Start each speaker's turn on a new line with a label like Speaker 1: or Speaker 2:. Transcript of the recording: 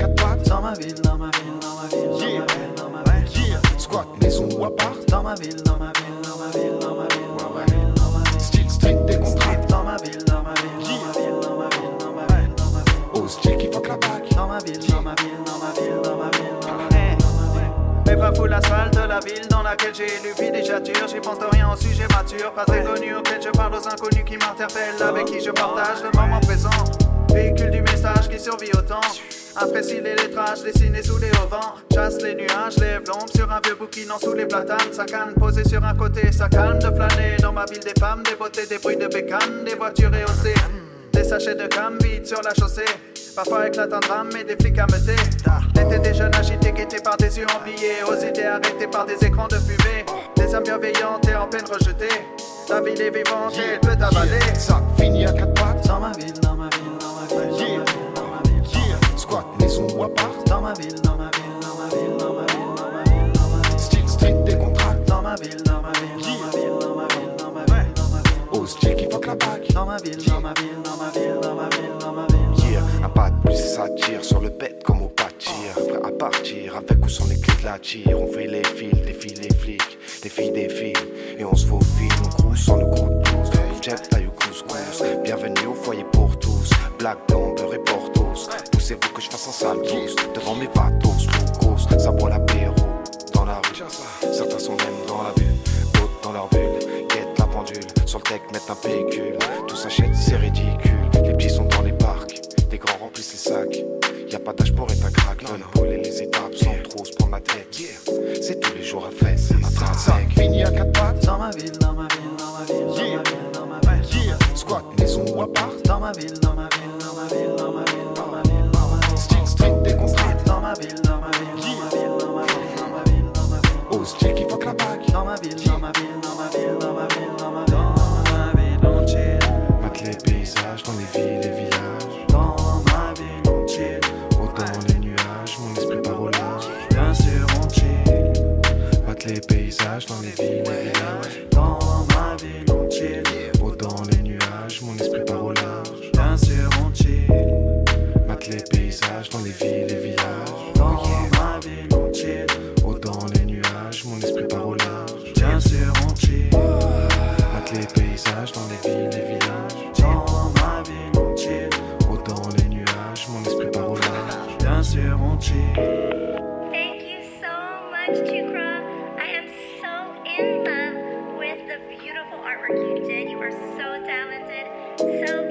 Speaker 1: ma ville, dans ma ville, dans ma ville, dans ma ville, dans ma ville.
Speaker 2: Yeah. Squat, maison ou appart,
Speaker 1: Dans ma ville, dans ma ville, dans ma ville, dans ma ville, dans ma
Speaker 2: Ouais,
Speaker 1: ville, dans ma ville.
Speaker 2: style strict des contrats.
Speaker 1: Dans ma ville, dans ma ville, dans ma ville, dans ma ville, dans ma ville, dans ma ville.
Speaker 2: Au style qui fuck la bague.
Speaker 1: Dans ma ville, dans ma ville, dans ma ville, dans ma ville, dans ma
Speaker 3: Hey.
Speaker 1: ville, dans ma ville.
Speaker 3: Mais pas fou la salle de la ville dans laquelle j'ai élu vie déjà dure. J'y pense de rien au sujet mature. Pas très connu auquel je parle aux inconnus qui m'interpellent. Avec qui je partage le moment présent. Véhicule du message qui survit au temps. Apprécie les lettrages dessinés sous les auvents. Chasse les nuages, lève l'ombre sur un vieux bouquinant sous les platanes. Ça calme posé sur un côté, ça calme de flâner. Dans ma ville des femmes, des beautés, des bruits de bécane, des voitures et des sachets de cam vides sur la chaussée. Parfois éclate un drame et des flics à meuter. L'été des jeunes agités, guettés par des yeux embillés. Aux idées arrêtées par des écrans de fumée. Des âmes bienveillantes et en peine rejetées. La ville est vivante et elle peut avaler.
Speaker 2: Yeah. Ça finit à quatre pattes.
Speaker 1: Dans ma ville, dans ma ville, dans ma ville,
Speaker 2: Yeah.
Speaker 1: dans ma ville,
Speaker 2: Yeah. Squat, maison ou appart,
Speaker 1: dans ma ville, dans ma ville, dans ma ville, dans ma ville, dans ma ville, dans ma ville.
Speaker 2: style strict des contrats.
Speaker 1: Dans ma ville, dans ma ville, dans ma ville, dans ma ville, dans ma ville, dans ma ville.
Speaker 2: Au style qui fuck la bague.
Speaker 1: Dans ma ville, dans ma ville, dans ma ville, dans ma ville, dans ma ville.
Speaker 2: Yeah, un pas de plus ça tire sur le bête comme au pas de tir. Prêt à partir avec ou sans les clés de la tire On fait les fils, défile les flics, les filles défilent Et on se faufile, on crouse sans le coup de tous Jet, taille ou couscous, bienvenue au foyer pour tous Black d'amber et portos, poussez-vous que je fasse un sale douce Devant mes patos, locos, ça boit l'apéro dans la rue Certains sont même dans la bulle, d'autres dans leur bulle Guette la pendule, sur le tech mettre un pécule Tout s'achète, c'est ridicule, les petits sont dans les parcs les grands remplissent les sacs. Y a pas d'âge pour être un crack. Veulent brûler les étapes sans trop se prendre la tête. C'est tous les jours à fesse. À Trinsac, fini à quatre pattes.
Speaker 1: Dans ma ville, dans ma ville, dans ma ville, dans ma ville, dans ma ville.
Speaker 2: Yeah. Squat, maison ou appart.
Speaker 1: Dans ma ville, dans ma ville, dans ma ville, dans ma ville, dans ma ville, dans ma ville.
Speaker 2: Style strict des contraintes.
Speaker 1: Dans ma ville, dans ma ville, dans ma ville, dans ma ville, dans ma ville, dans ma ville.
Speaker 2: Au style qui fuck la bague.
Speaker 1: Dans ma ville, dans ma ville, dans ma ville, dans ma ville, dans ma ville.
Speaker 2: Mate les paysages dans les villes et villages.
Speaker 1: Dans ma ville, on chill.
Speaker 2: Autant dans les nuages, mon esprit part au large.
Speaker 1: Bien sûr, on chill.
Speaker 2: Mate les paysages dans les villes et villages.
Speaker 1: Dans ma ville, on chill.
Speaker 2: Autant dans les nuages, mon esprit part au large.
Speaker 1: Bien sûr, on chill.
Speaker 2: Mate les paysages dans les villes et villages.
Speaker 1: Dans ma ville, on chill.
Speaker 2: Autant dans les nuages, mon esprit part au large.
Speaker 1: Bien sûr, on chill.
Speaker 2: Mate les paysages dans les villes, les villages.
Speaker 1: Dans ma ville, on chill.
Speaker 2: Autant les nuages, mon esprit part au large.
Speaker 1: Bien sûr, on chill.
Speaker 4: Thank you so much, Chukra. I am so in love with the beautiful artwork you did. You are so talented, so